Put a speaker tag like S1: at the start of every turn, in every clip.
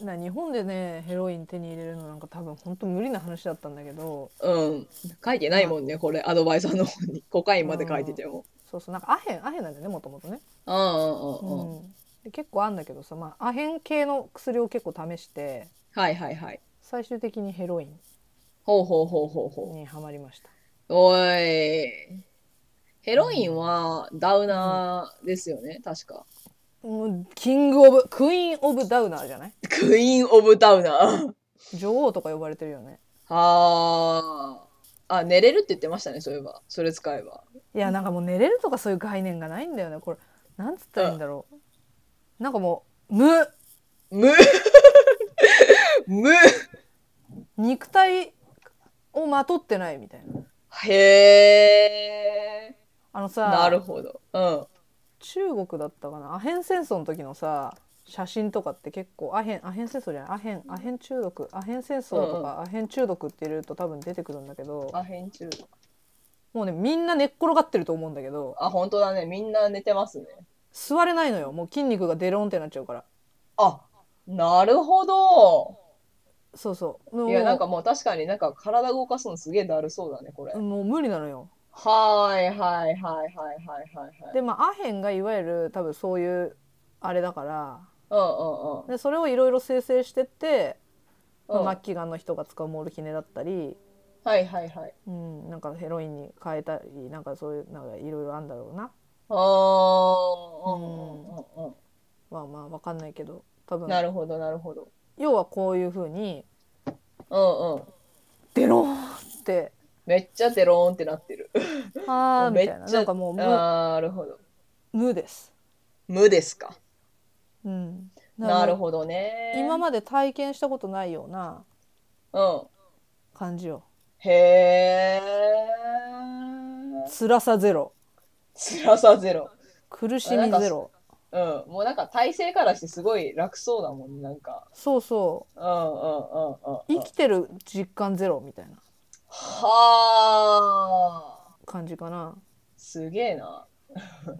S1: 日本でねヘロイン手に入れるのなんか多分本当無理な話だったんだけど
S2: うん。書いてないもんね、これ、アドバイザーの方 に。コカインまで書いてても。
S1: そうそうなんかアヘンアヘンなんだよねもともとね、
S2: うんうんうんうん。
S1: うんで結構あんだけどさ、まあ、アヘン系の薬を結構試して
S2: はいはいはい。
S1: 最終的にヘロイン
S2: ほうほうほうほうほう。
S1: にはまりました
S2: おい。ヘロインはダウナーですよね、確か。
S1: もうキング・オブクイーン・オブ・ダウナーじゃない
S2: クイーン・オブ・ダウナー。
S1: 女王とか呼ばれてるよね
S2: はあ。あ、寝れるって言ってましたね、そういえば。それ使えば。
S1: いやなんかもう寝れるとかそういう概念がないんだよねこれなんつったらいいんだろうなんかもう無
S2: む む
S1: 肉体をまとってないみたいな
S2: へえ。
S1: あのさ
S2: なるほど。うん。
S1: 中国だったかなアヘン戦争の時のさ写真とかって結構アヘンアヘン戦争じゃないアヘンアヘン中毒アヘン戦争とか、アヘン中毒って入れると多分出てくるんだけど
S2: あ、編集。
S1: もうねみんな寝っ転がってると思うんだけど
S2: あ、本当だね。みんな寝てますね。
S1: 座れないのよもう筋肉がデロンってなっちゃうから
S2: あ、なるほど。
S1: そうそうもう
S2: いや、なんかもう確かになんか体動かすのすげえだるそうだね、これ。
S1: もう無理なのよ
S2: はーいはいはいはいはいはいはい。
S1: でまあアヘンがいわゆる多分そういうあれだから
S2: うんうんうん。
S1: でそれをいろいろ生成してって、ま
S2: うん
S1: あ、末期がんの人が使うモルヒネだったり、
S2: はいはいはい。
S1: うん、なんかヘロインに変えたりなんかそういうなんかいろいろあるんだろうな
S2: あーうんうんうんうん
S1: まあまあわかんないけど多
S2: う
S1: 分
S2: ん。なるほどなるほど。
S1: 要はこういうふうに
S2: うんうん。
S1: デローンって
S2: めっちゃデローンってなってる。
S1: ああみ
S2: め
S1: た
S2: っ
S1: い
S2: ち
S1: な
S2: ゃ
S1: なんかもう無
S2: あーなるほど。
S1: 無です、
S2: 無ですか。
S1: うん、
S2: なる
S1: ど
S2: ほどね。
S1: 今まで体験したことないような
S2: うん。
S1: 感じよ
S2: へえ。
S1: 辛さゼロ
S2: 辛さゼロ。
S1: 苦しみゼロ
S2: うん。もうなんか体勢からしてすごい楽そうだもんね、なんか。
S1: そうそ
S2: うんうん
S1: う
S2: うんうんう
S1: 生
S2: ん。
S1: きてる実感ゼロみたいな
S2: はあ。
S1: 感じかな、
S2: すげえな。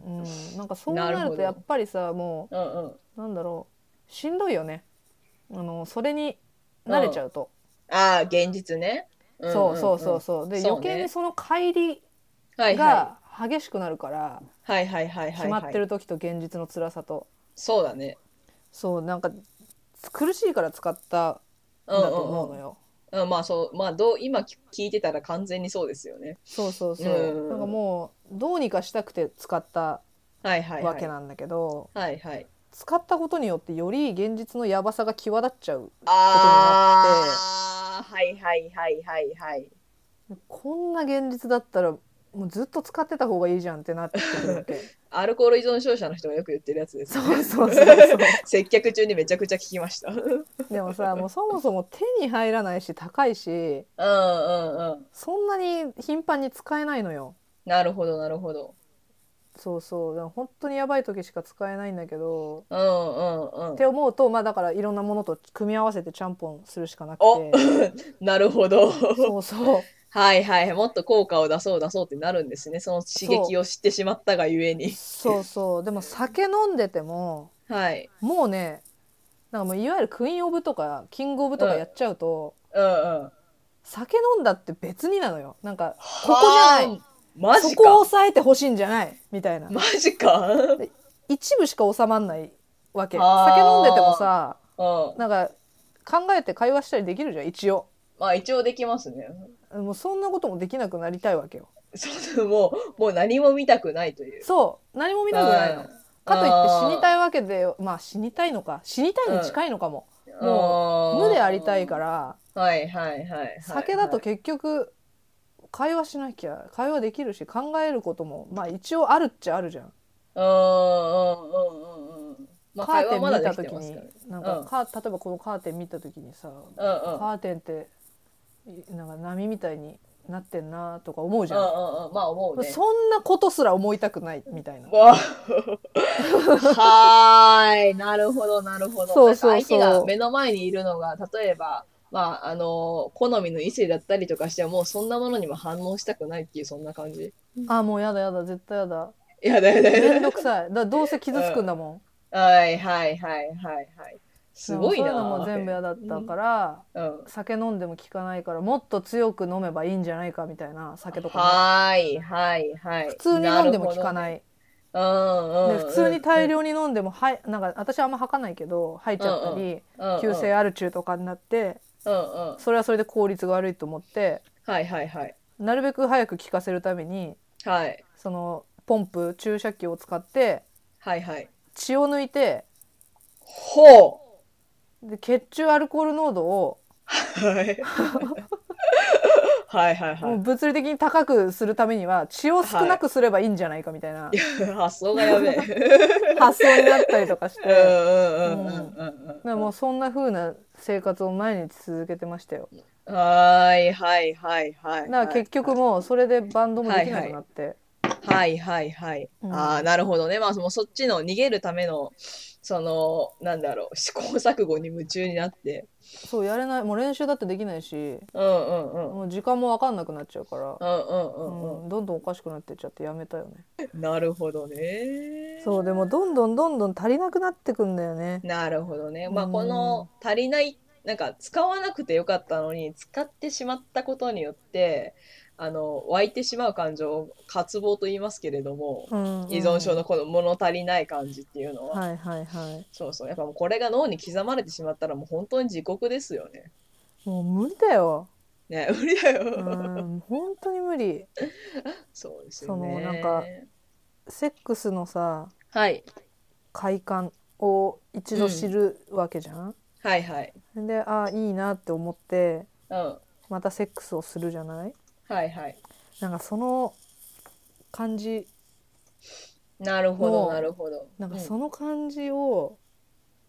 S1: うん、なんかそう
S2: な
S1: な
S2: るほど
S1: るとやっぱりさも
S2: うんうん。
S1: うなんだろうしんどいよねあのそれに慣れちゃうと、
S2: ああ、現実ね。んんん
S1: そうそうそう。そうで
S2: そうね
S1: 余計にその乖離
S2: はいは
S1: が激しくなるから
S2: い。はいはいはいはいはい。
S1: 決まってる時と現実の辛さと
S2: そうだね。
S1: そうなんか苦しいから使ったん
S2: うんう
S1: だと思うんの
S2: うん
S1: よ
S2: うん。まあそう、まあどう、今聞聞いてたら完全にそうですよね。
S1: そうそうそう
S2: うん
S1: なんかもうどうにかしたくて使った
S2: はいはいは
S1: わ
S2: い。
S1: けなんだけど
S2: はいはい。
S1: 使ったことによってより現実のやばさが際立っちゃう
S2: ああ、はいはいはいはいはい。
S1: こんな現実だったらもうずっと使ってた方がいいじゃんってなってくるわ け
S2: アルコール依存症者の人がよく言ってるやつです、
S1: そ
S2: ね。
S1: うそうそうそう
S2: 接客中にめちゃくちゃ聞きました。うんうん
S1: でもさもうそもそも手に入らないし高いし
S2: うん。
S1: そんなに頻繁に使えないのよ
S2: なるほどなるほど。
S1: そうそうだから本当にやばい時しか使えないんだけど
S2: うんうんう
S1: っ
S2: ん
S1: て。思うとまあだからいろんなものと組み合わせてちゃんぽんするしかなく
S2: お
S1: て
S2: なるほど。
S1: そうそう
S2: はいはい。もっと効果を出そう出そうってなるんですね。その刺激を知ってしまったがゆえに。
S1: そうそうでも酒飲んでても
S2: はい。
S1: もうねなんかもういわゆるクイーン・オブとかキング・オブとかやっちゃうと、
S2: うんうん。
S1: 酒飲んだって別になのよなんかここじゃない
S2: はあ。マ
S1: そ
S2: ジ
S1: こを
S2: か。
S1: 抑えてほしいんじゃないみたいな
S2: マジか。うん。
S1: 一部しか収まんないわけ
S2: あー
S1: 酒飲んでてもさ
S2: ま
S1: なんか考えて会話したりできるじゃん一応
S2: あ一応できますね。
S1: もうそんなこともできなくなりたいわけよ
S2: そうもう、もう何も見たくないという。
S1: そう何も見たくないの
S2: うん
S1: かといって死に
S2: い。
S1: たいわけでまあ死にたいのか死にたいに近いのかも、
S2: も
S1: 無でありたいから
S2: はいはいはいはい。
S1: 酒だと結局会話しなきゃ会話できるし考えることもまあ一応あるっちゃあるじゃん、
S2: うんうんうんうんうん。まあ、
S1: カ
S2: 会
S1: ーテン
S2: 話はま
S1: 見
S2: だ
S1: た時
S2: できてます
S1: に
S2: からね。
S1: なんか
S2: うん
S1: カー例えばこのカーテン見た時にさ
S2: うんうん。
S1: カーテンってなんか波みたいになってんなとか思うじ
S2: う
S1: ゃん、
S2: んうんうん。まあ思うね。
S1: そんなことすら思いたくないみたいな
S2: わあ はーい。なるほど、なるほど。
S1: そうそうそう
S2: なんか相手が目の前にいるのが、例えば、まあ、あの好みの異性だったりとかしても、そんなものにも反応したくないっていう、そんな感じ。
S1: あもうやだやだ絶対やだ
S2: いやだよ
S1: めん
S2: ね。
S1: どくさいだどうせ傷つくんだもん、
S2: はいはいはいはいはい。すごいな
S1: そういうのも全部嫌だったから、
S2: うん、
S1: 酒飲んでも効かないからもっと強く飲めばいいんじゃないかみたいな酒とかも
S2: はーいはいはい
S1: 普通に飲んでも効か
S2: い、
S1: ない、
S2: うんうんうん、
S1: で普通に大量に飲んでも、はいなんか私あんま吐かないけど吐いちゃったり、急性アル中とかになって
S2: うんうん、
S1: それはそれで効率が悪いと思って
S2: はいはいはい
S1: なるべく早く効かせるために
S2: はい
S1: そのポンプ注射器を使って
S2: はいはい
S1: 血を抜いて
S2: ほ
S1: で血中アルコール濃度を
S2: うはいはいはい
S1: もう
S2: は
S1: 物理的に高くするためには血を少なくすればいいんじゃないかみたいない
S2: 発想がやべえ
S1: 発想になったりとかし
S2: う
S1: て。
S2: んうんうんうん
S1: で
S2: うん
S1: もうそんな風な生活を毎日続けてましたよ。
S2: はーいはいはいはいは
S1: だか
S2: い
S1: ら結局もうそれでバンドもできなくなって、
S2: はいはいはい、
S1: うん
S2: ああなるほどねまあそのそっちの逃げるためのそのなんだろう試行錯誤に夢中になって
S1: そうやれないもう練習だってできないし
S2: うんうんうん
S1: もう時間も分かんなくなっちゃうから
S2: う、んうんうんう
S1: うん、どんどんおかしくなってっちゃってやめたよね。
S2: んなるほどね
S1: そうでもどんどんどんどん足りなくなってくんだよね。
S2: なるほどねまあ
S1: うん
S2: この足りないなんか使わなくてよかったのに使ってしまったことによってあの湧いてしまう感情を渇望と言いますけれども
S1: うんうん
S2: 依存症のこの物足りない感じっていうのは、
S1: はいはいはい。
S2: そうそうやっぱもうこれが脳に刻まれてしまったらもう本当に地獄ですよね。
S1: もう無理だよ。
S2: ね無理だよ。
S1: うん本当に無理。
S2: そうですよね。
S1: そのなんかセックスのさ
S2: はい
S1: 快感を一度知るわけじゃん。
S2: はいはい
S1: でああいいなって思って
S2: うんは
S1: またセックスをするじゃない
S2: いはい。
S1: なんかその感じ
S2: なるほ
S1: も
S2: ど
S1: う
S2: なるほど。
S1: なんかその感じを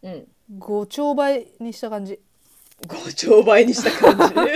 S2: うん、うん、
S1: 5兆倍にした感じ
S2: ご兆倍にした感じ。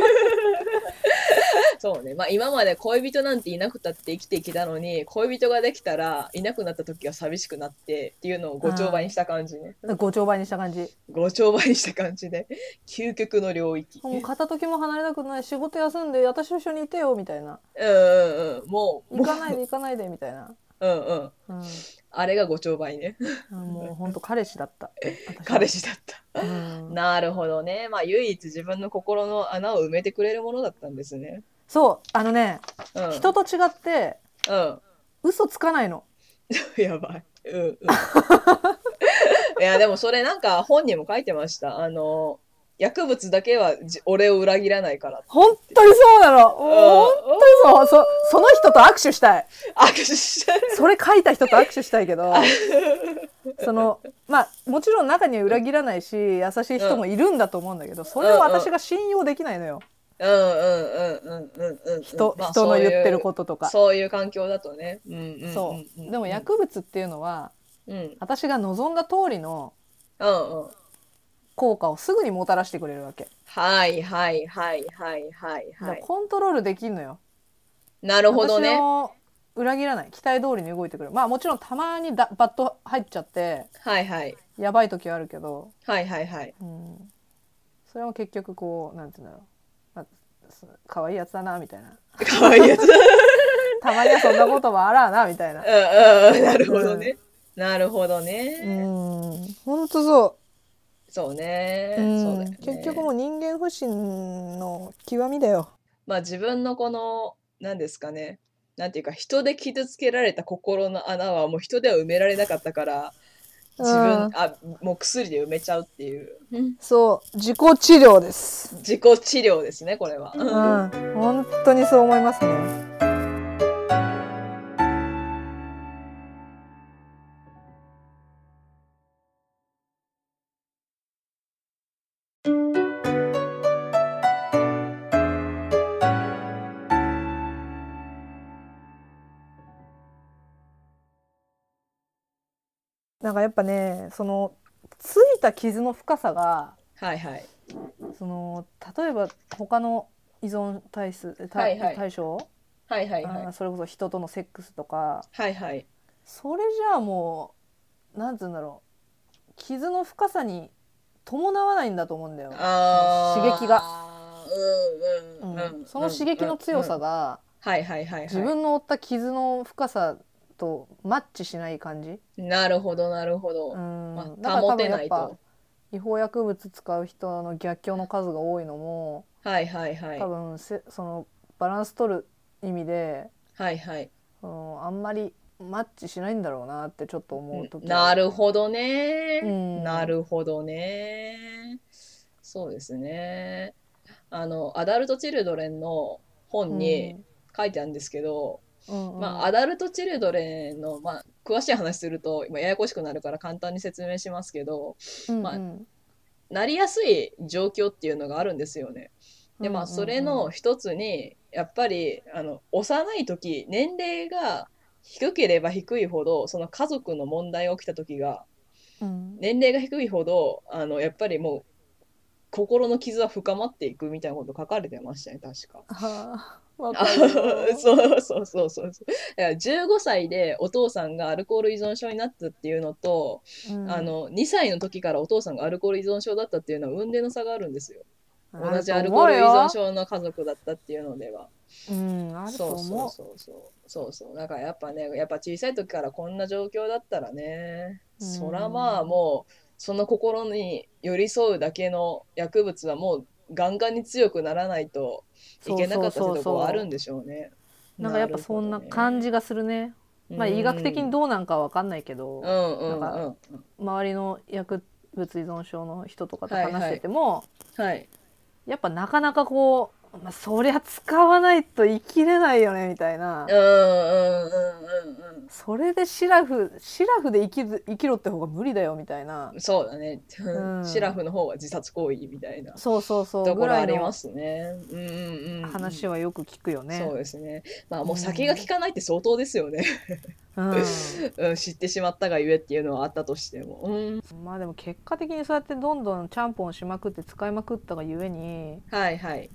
S2: そうねまあ、今まで恋人なんていなくたって生きてきたのに恋人ができたらいなくなった時は寂しくなってっていうのをご兆倍にした感じね
S1: 5兆倍にした感じ
S2: ご兆倍にした感じで究極の領域
S1: もう片時も離れたくない仕事休んで私と一緒にいてよみたいな
S2: うんうんうんもう
S1: 行かないで行かないでみたいな、
S2: うんうん
S1: うん、
S2: あれがご兆倍ね。
S1: あもうほんと彼氏だった私
S2: 彼氏だった。
S1: うん
S2: なるほどね。まあ唯一自分の心の穴を埋めてくれるものだったんですね。
S1: そうあのね
S2: うん。
S1: 人と違って
S2: うん。
S1: 嘘つかないの
S2: やば い。うんうん。いやでもそれなんか本にも書いてました。あの薬物だけはじ俺を裏切らないから。
S1: 本当にそうなの本
S2: うん
S1: 当にそうそその人と握手したい
S2: 握手してる。
S1: それ書いた人と握手したいけどそのまあもちろん中には裏切らないし優しい人もいるんだと思うんだけどそれを私が信用できないのよ
S2: うんうんうんうんうんうん。
S1: 人
S2: まあ
S1: 人の言ってる
S2: そういう
S1: こととか。
S2: そういう環境だとね。うんうんうん、うん。
S1: そうでも薬物っていうのは
S2: うんうん
S1: 私が望んだ通りの
S2: うん。
S1: 効果をすぐにもたらしてくれるわけ
S2: はいはいはいはいはい
S1: だか
S2: は
S1: ら
S2: い。
S1: コントロールできんのよ、
S2: なるほど
S1: 私
S2: ね。
S1: を裏切らない期待通りに動いてくるまあもちろんたまにだバット入っちゃって
S2: はいはい。
S1: やばい時はあるけど
S2: はいはいはい。
S1: うん、それも結局こうなんて言うんだろう、まあそ、可愛いやつだなみたいな
S2: かわいい やつ。うん
S1: たまにはそんなこともあらあなみたいな
S2: うんうん。なるほどね。なるほど
S1: う
S2: ね。
S1: ん本当そ
S2: そうね
S1: う,、。
S2: そうだよね
S1: 結局もう人間不信の極みだよ
S2: まあ自分のこの、なんですかね。なんていうか、人で傷つけられた心の穴はもう人では埋められなかったから、自
S1: う
S2: 分、
S1: ん
S2: あ、もう薬で埋めちゃうっていう。
S1: そう自己治療です
S2: 自己治療ですね、これは。
S1: うん本当にそう思いますねなんかやっぱねそのついた傷の深さが
S2: はいはい。
S1: その例えば他の依存対数た
S2: はいはい
S1: 対象、
S2: はいはい
S1: あー
S2: はい。
S1: それこそ人とのセックスとか
S2: はいはい。
S1: それじゃあもうなんつうんだろう傷の深さに伴わないんだと思うんだよ、
S2: あー
S1: 刺激が。
S2: う
S1: うん
S2: うんうんうん
S1: ん、その刺激の強さが
S2: はいはいはいはい。
S1: 自分の負った傷の深さとマッチしない感じ、
S2: なるほどなるほど。
S1: うん
S2: まあ
S1: だから多
S2: 保
S1: 分
S2: て
S1: や
S2: な
S1: っ
S2: い
S1: ぱ
S2: と。
S1: 違法薬物使う人の逆境の数が多いのも
S2: はいはいはい
S1: 多分せそのバランス取る意味で、
S2: はいはい
S1: うん、あんまりマッチしないんだろうなってちょっと思う時
S2: なるほどね、
S1: うん
S2: なるほどねそうですねあのアダルト・チルドレンの本に書いてあるんですけど、
S1: うんうん
S2: まあ、アダルト・チルドレンの、まあ、詳しい話すると今ややこしくなるから簡単に説明しますけどまあ
S1: うんうん
S2: なりやすい状況っていうのがあるんですよね。で
S1: う
S2: まあ
S1: んうん
S2: それの一つにやっぱりあの幼い時年齢が低ければ低いほどその家族の問題が起きた時が
S1: うん
S2: 年齢が低いほどあのやっぱりもう心の傷は深まっていくみたいなこと書かれてましたね確か。
S1: はあわか
S2: あ
S1: るよ
S2: そうそうそうそうそう。だから15歳でお父さんがアルコール依存症になったっていうのと、
S1: うん
S2: あの2歳の時からお父さんがアルコール依存症だったっていうのは運命の差があるんですよ。同じアルコール依存症の家族だったっていうのでは。
S1: うんあると
S2: そうそ
S1: 思
S2: うそうそうそうそうだからやっぱねやっぱ小さい時からこんな状況だったらね、
S1: うん
S2: そらまあもうその心に寄り添うだけの薬物はもうガンガンに強くならないといけなかった
S1: そうそう
S2: って
S1: そうそう
S2: とこはあるんでしょうね。
S1: うなんかやっぱそんな感
S2: じ、
S1: じがするねまあ医学的にどうなんかは分かんないけど
S2: うんうんうん
S1: な
S2: うん
S1: 周りの薬物依存症の人とかと
S2: はいはい
S1: 話してても
S2: はい
S1: やっぱなかなかこうまあそりゃ使わないと生きれないよねみたいな
S2: うんうんうんうんうん
S1: それでシラフシラフで生きず生きろって方が無理だよみたいな
S2: そうだ
S1: ん
S2: ね、シラフの方は自殺行為みたいな
S1: そうそうそ
S2: と
S1: う
S2: こ
S1: ぐ
S2: ろ
S1: ら
S2: あ
S1: い
S2: りま
S1: の
S2: すね。うんうんうん、
S1: 話はよく聞くよね
S2: そうですね。まあもう先が効かないって相当ですよね。
S1: う
S2: うん、知ってしまったがゆえっていうのはあったとしても。うん、
S1: ん まあでも結果的にそうやってどんどんちゃんぽんしまくって使いまくったがゆえに
S2: はいはい。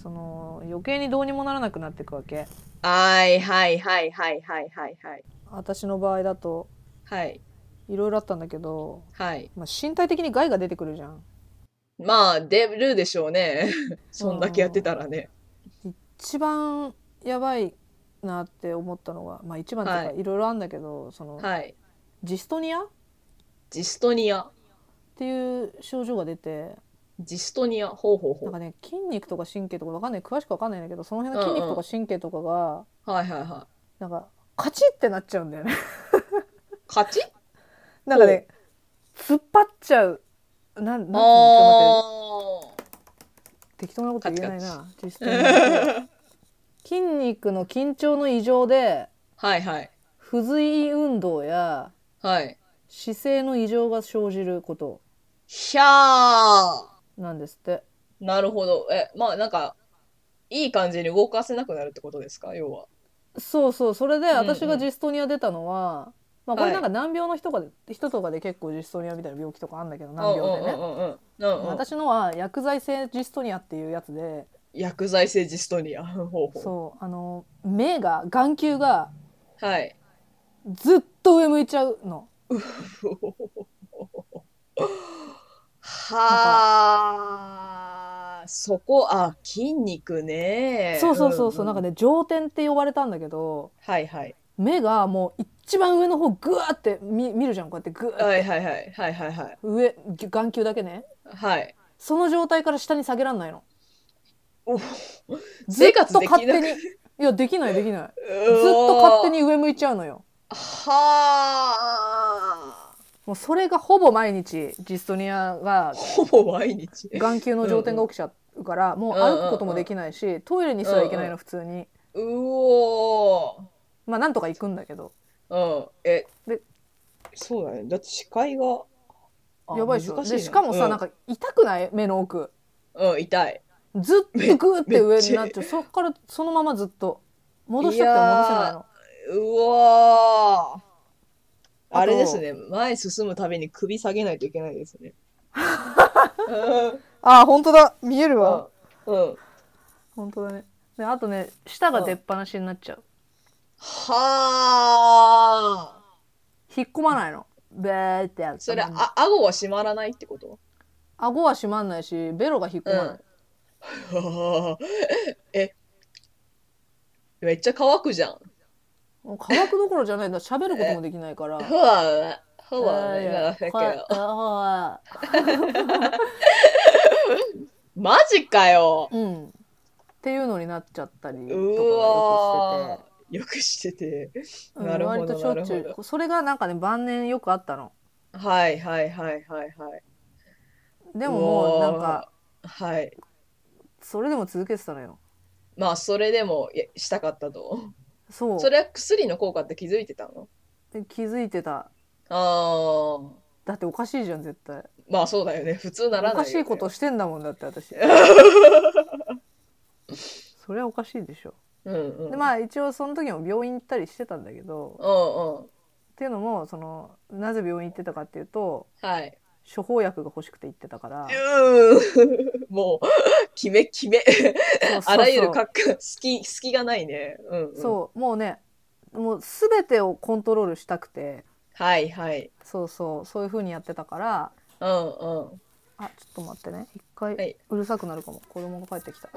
S1: その余計にどうにもならなくなっていくわけ
S2: はいはいはいはいはいはいはい。
S1: 私の場合だと
S2: はい
S1: いろいろあったんだけど、
S2: はい。
S1: まあ、身体的に害が出てくるじゃん
S2: まあ出るでしょうね。 そんだけやってたらね。
S1: 一番やばいなって思ったのがまあ一番とか
S2: はい
S1: いろいろあるんだけど、その
S2: はい。
S1: ジストニアっ
S2: ジストニア。
S1: ていう症状が出て
S2: ジストニア。ほうほうほ
S1: なん
S2: う
S1: か。ね筋肉とか神経とかわかんない詳しくわかんないんだけどその辺の筋肉とか神経とかが
S2: はいはいは
S1: なんかカチッってなっちゃうんだよね
S2: い。勝ち
S1: なんかね、突っ張っちゃう。なん、なんつうの、ちょっと待って、適当なこと言えないな。実際に筋肉の緊張の異常で、
S2: はいはい。
S1: 不随意運動や
S2: はい。
S1: 姿勢の異常が生じること
S2: ひゃー。
S1: なんですって。
S2: なるほど。え、まあなんか、いい感じに動かせなくなるってことですか要は。
S1: そうそう、それで
S2: んうん
S1: 私がジストニア出たのは、まあこ
S2: は
S1: れ
S2: い
S1: なんか難病の人が人とかで結構ジストニアみたいな病気とかあるんだけど、
S2: うん
S1: 難病で
S2: うん
S1: ね。
S2: うんうんうんうんうん。
S1: 私のは薬剤性ジストニアっていうやつで、
S2: 薬剤性ジストニア。ほうほう
S1: そう、あの、目が、眼球が
S2: はい。
S1: ずっと上向いちゃうの。
S2: はあ。そこ、あ、筋肉ね。
S1: そうそうそうそう、なんか
S2: ね。
S1: ね上天って呼ばれたんだけど
S2: はいはい。
S1: 目がもう一番上の方グワーって見見るじゃんこうやってグワー
S2: はいはいはい。はいはいはい。
S1: 上眼球だけね
S2: はい。
S1: その状態から下に下げらんないの
S2: お
S1: ずっ
S2: 生活
S1: と
S2: できな
S1: 勝
S2: く
S1: 手にいやできないできないず
S2: ず
S1: っと勝手。に上向いちゃうのよ
S2: はあ。
S1: もうそれがほぼ毎日ジストニアが
S2: ほぼ毎日。
S1: 眼球の上天が起きちゃうから、もう歩くこともできないし、トイレにすら行けないの普通に、
S2: うおー。
S1: まあなんとか行くんだけど
S2: うん、え
S1: で
S2: そうだねだって視界があ
S1: やばいでしょ
S2: 難い
S1: で
S2: な
S1: しかもさ、なんか痛くない目の奥
S2: うん、うん、痛い
S1: ずっとグーって上
S2: めっ
S1: に
S2: ちゃ
S1: なっちゃうそっからそのままずっと戻したくても戻せないの
S2: うわー
S1: と
S2: あれですね前進むたびに首下げないといけないです ね
S1: あー本当だ見える
S2: うん
S1: わ、
S2: うん、
S1: 本当だねであとね舌が出っ放しになっちゃう
S2: はあ
S1: 引っ込まないのベーってやる
S2: それあ顎は閉まらないってこと
S1: 顎は閉まんないしベロが引っ込まない、
S2: はあえめっちゃ乾くじゃん
S1: もう乾くどころじゃないんだ喋ることもできないから
S2: ふわふほぼねなんだけど。
S1: は
S2: マジかよ。
S1: うん。っていうのになっちゃったりとか
S2: う
S1: よ
S2: わー。よくしてて。
S1: くしてて、うん
S2: なるほど
S1: 割としょっちゅ
S2: なるほ
S1: うそれがなんかね晩年よくあったの
S2: はいはいはいはいはい。
S1: でももうなんか
S2: うわー。はい。
S1: それでも続けてたのよ
S2: まあそれでもいやしたかったと。
S1: そう
S2: それは薬の効果って気づいてたの
S1: で気づいてた
S2: ああ。
S1: だっておかしいじゃん絶対
S2: まあそうだよね。普通ならない、
S1: おかしいこと。してんだもんだって 私それはおかしいでしょ、
S2: うんうん。
S1: でまあ一応その時も病院行ったりしてたんだけど
S2: うんうん。
S1: っていうのもそのなぜ病院行ってたかっていうと
S2: はい。
S1: 処方薬が欲しくて行ってたから
S2: うーん。もう、決め決め。
S1: そうそうそう
S2: あらゆるかっ隙、隙がないね。うん、うん。
S1: そうもうねもう全てをコントロールしたくて
S2: はいはい。
S1: そうそうそういう風にやってたから
S2: うんうん。
S1: あちょっと待ってね一
S2: は
S1: 回
S2: いう
S1: るさくなるかも、子供が帰ってきた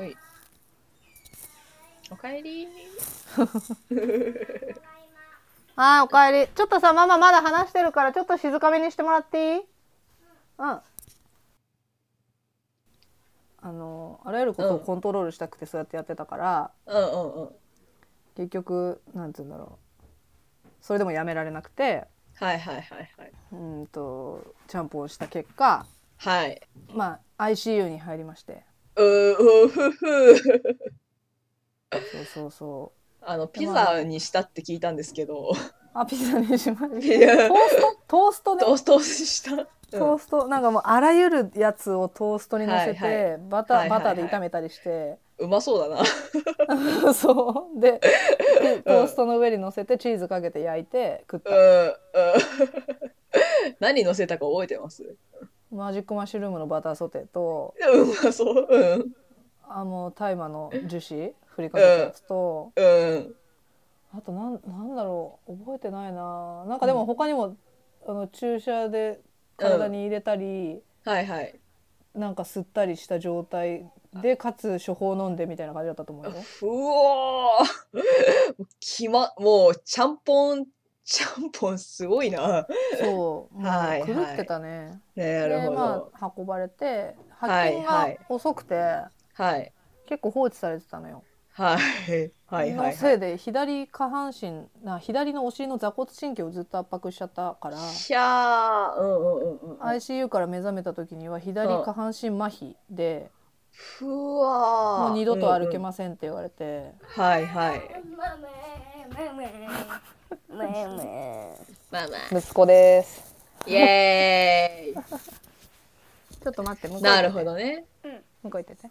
S2: おかえり。
S1: あーおかえりちょっとさママまだ話してるからちょっと静かめにしてもらっていいうんあのあらゆることをコントロールしたくてそうやってやってたから、
S2: うんうんうん。
S1: 結局なんて言うんだろうそれでもやめられなくて
S2: はいはいはいはい。
S1: うんとちゃんぽんした結果
S2: はい。
S1: まあ ICU に入りまして
S2: うーうふふ。
S1: そうそうそ
S2: あの、ピザにしたって聞いたんです けど、
S1: うあピザにしまし
S2: いや
S1: たトーストトーストね
S2: トーストした。
S1: ト
S2: うん
S1: ーストなんかもうあらゆるやつをトーストにのせて、
S2: はい
S1: バター、
S2: はいはいはい
S1: バターで炒めたりして、
S2: うまそうだな。
S1: そう ででトーストの上にのせてチーズかけて焼いて食った、
S2: うんうん。 何乗せたか覚えてます
S1: マジックマッシュルームのバターソテーと
S2: うまそう。うん。
S1: あの大麻の樹脂ふりかけたやつと、
S2: うん。
S1: あとなんなんだろう覚えてないななんかでも他にも、あの注射で体に入れたり、
S2: はいはい。
S1: なんか吸ったりした状態でかつ処方飲んでみたいな感じだったと思うよ。
S2: うおーきま、もう、ちゃんぽん、ちゃんぽんすごいな。
S1: そう、もう
S2: はいはい
S1: 狂ってたね。
S2: ね、なるほ
S1: で、ま
S2: ど。
S1: あ、運ばれて、
S2: は
S1: 発
S2: い
S1: 見
S2: は
S1: が
S2: い
S1: 遅くて、
S2: はい。
S1: 結構放置されてたのよ。
S2: はい。はいはい
S1: のせ
S2: はい
S1: で、左下半身、な、左のお尻の座骨神経をずっと圧迫しちゃったから。
S2: い。ひゃー。うんうんうんうん。
S1: ICU から目覚めた時には左下半身麻痺で、
S2: ふわー。
S1: もう二度と歩け
S2: す。
S1: ませんって言われて、
S2: はいはい。 まあまあ。
S1: 息子です
S2: イエー
S1: ちょっと待って向こう行っ
S2: イ。
S1: て
S2: なるほどね。
S1: 向こう行ってて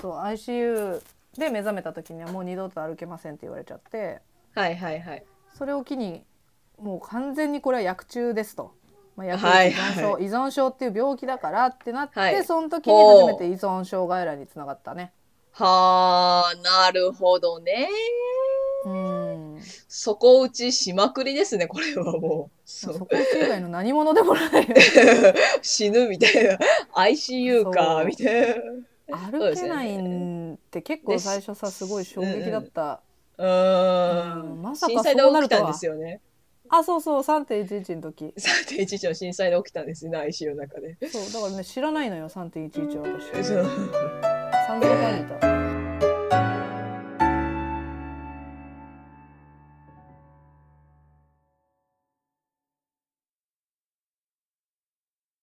S1: そう ICU で目覚めた時にはもう二度と歩けませんって言われちゃって
S2: はいはいはい。
S1: それを機にもう完全にこれは薬中ですと、まあ、薬
S2: はい
S1: 依存症、
S2: は
S1: 依存症っていう病気だからってなって、
S2: はい
S1: その時に初めて依存症外来につながったね
S2: はー、なるほどね。
S1: うん
S2: そこ打ちしまくりですね、これはもう。
S1: そ
S2: そう
S1: こ以外の何者でもない よ
S2: 死ぬみたいな ICU
S1: そ
S2: か
S1: う
S2: みたいそう
S1: 歩
S2: で
S1: け
S2: すよ
S1: な
S2: ね
S1: いんって結構最初さすごい衝撃だった、
S2: なうー
S1: うんんまさか
S2: 震災で
S1: そうな
S2: 起
S1: る
S2: き
S1: とは
S2: たんですよね
S1: あそうそう3.11の時
S2: 3.11の震災で起きたんですね ICU の中で
S1: そうだからね知らないのよ3.11は私
S2: そう
S1: 散々帰ると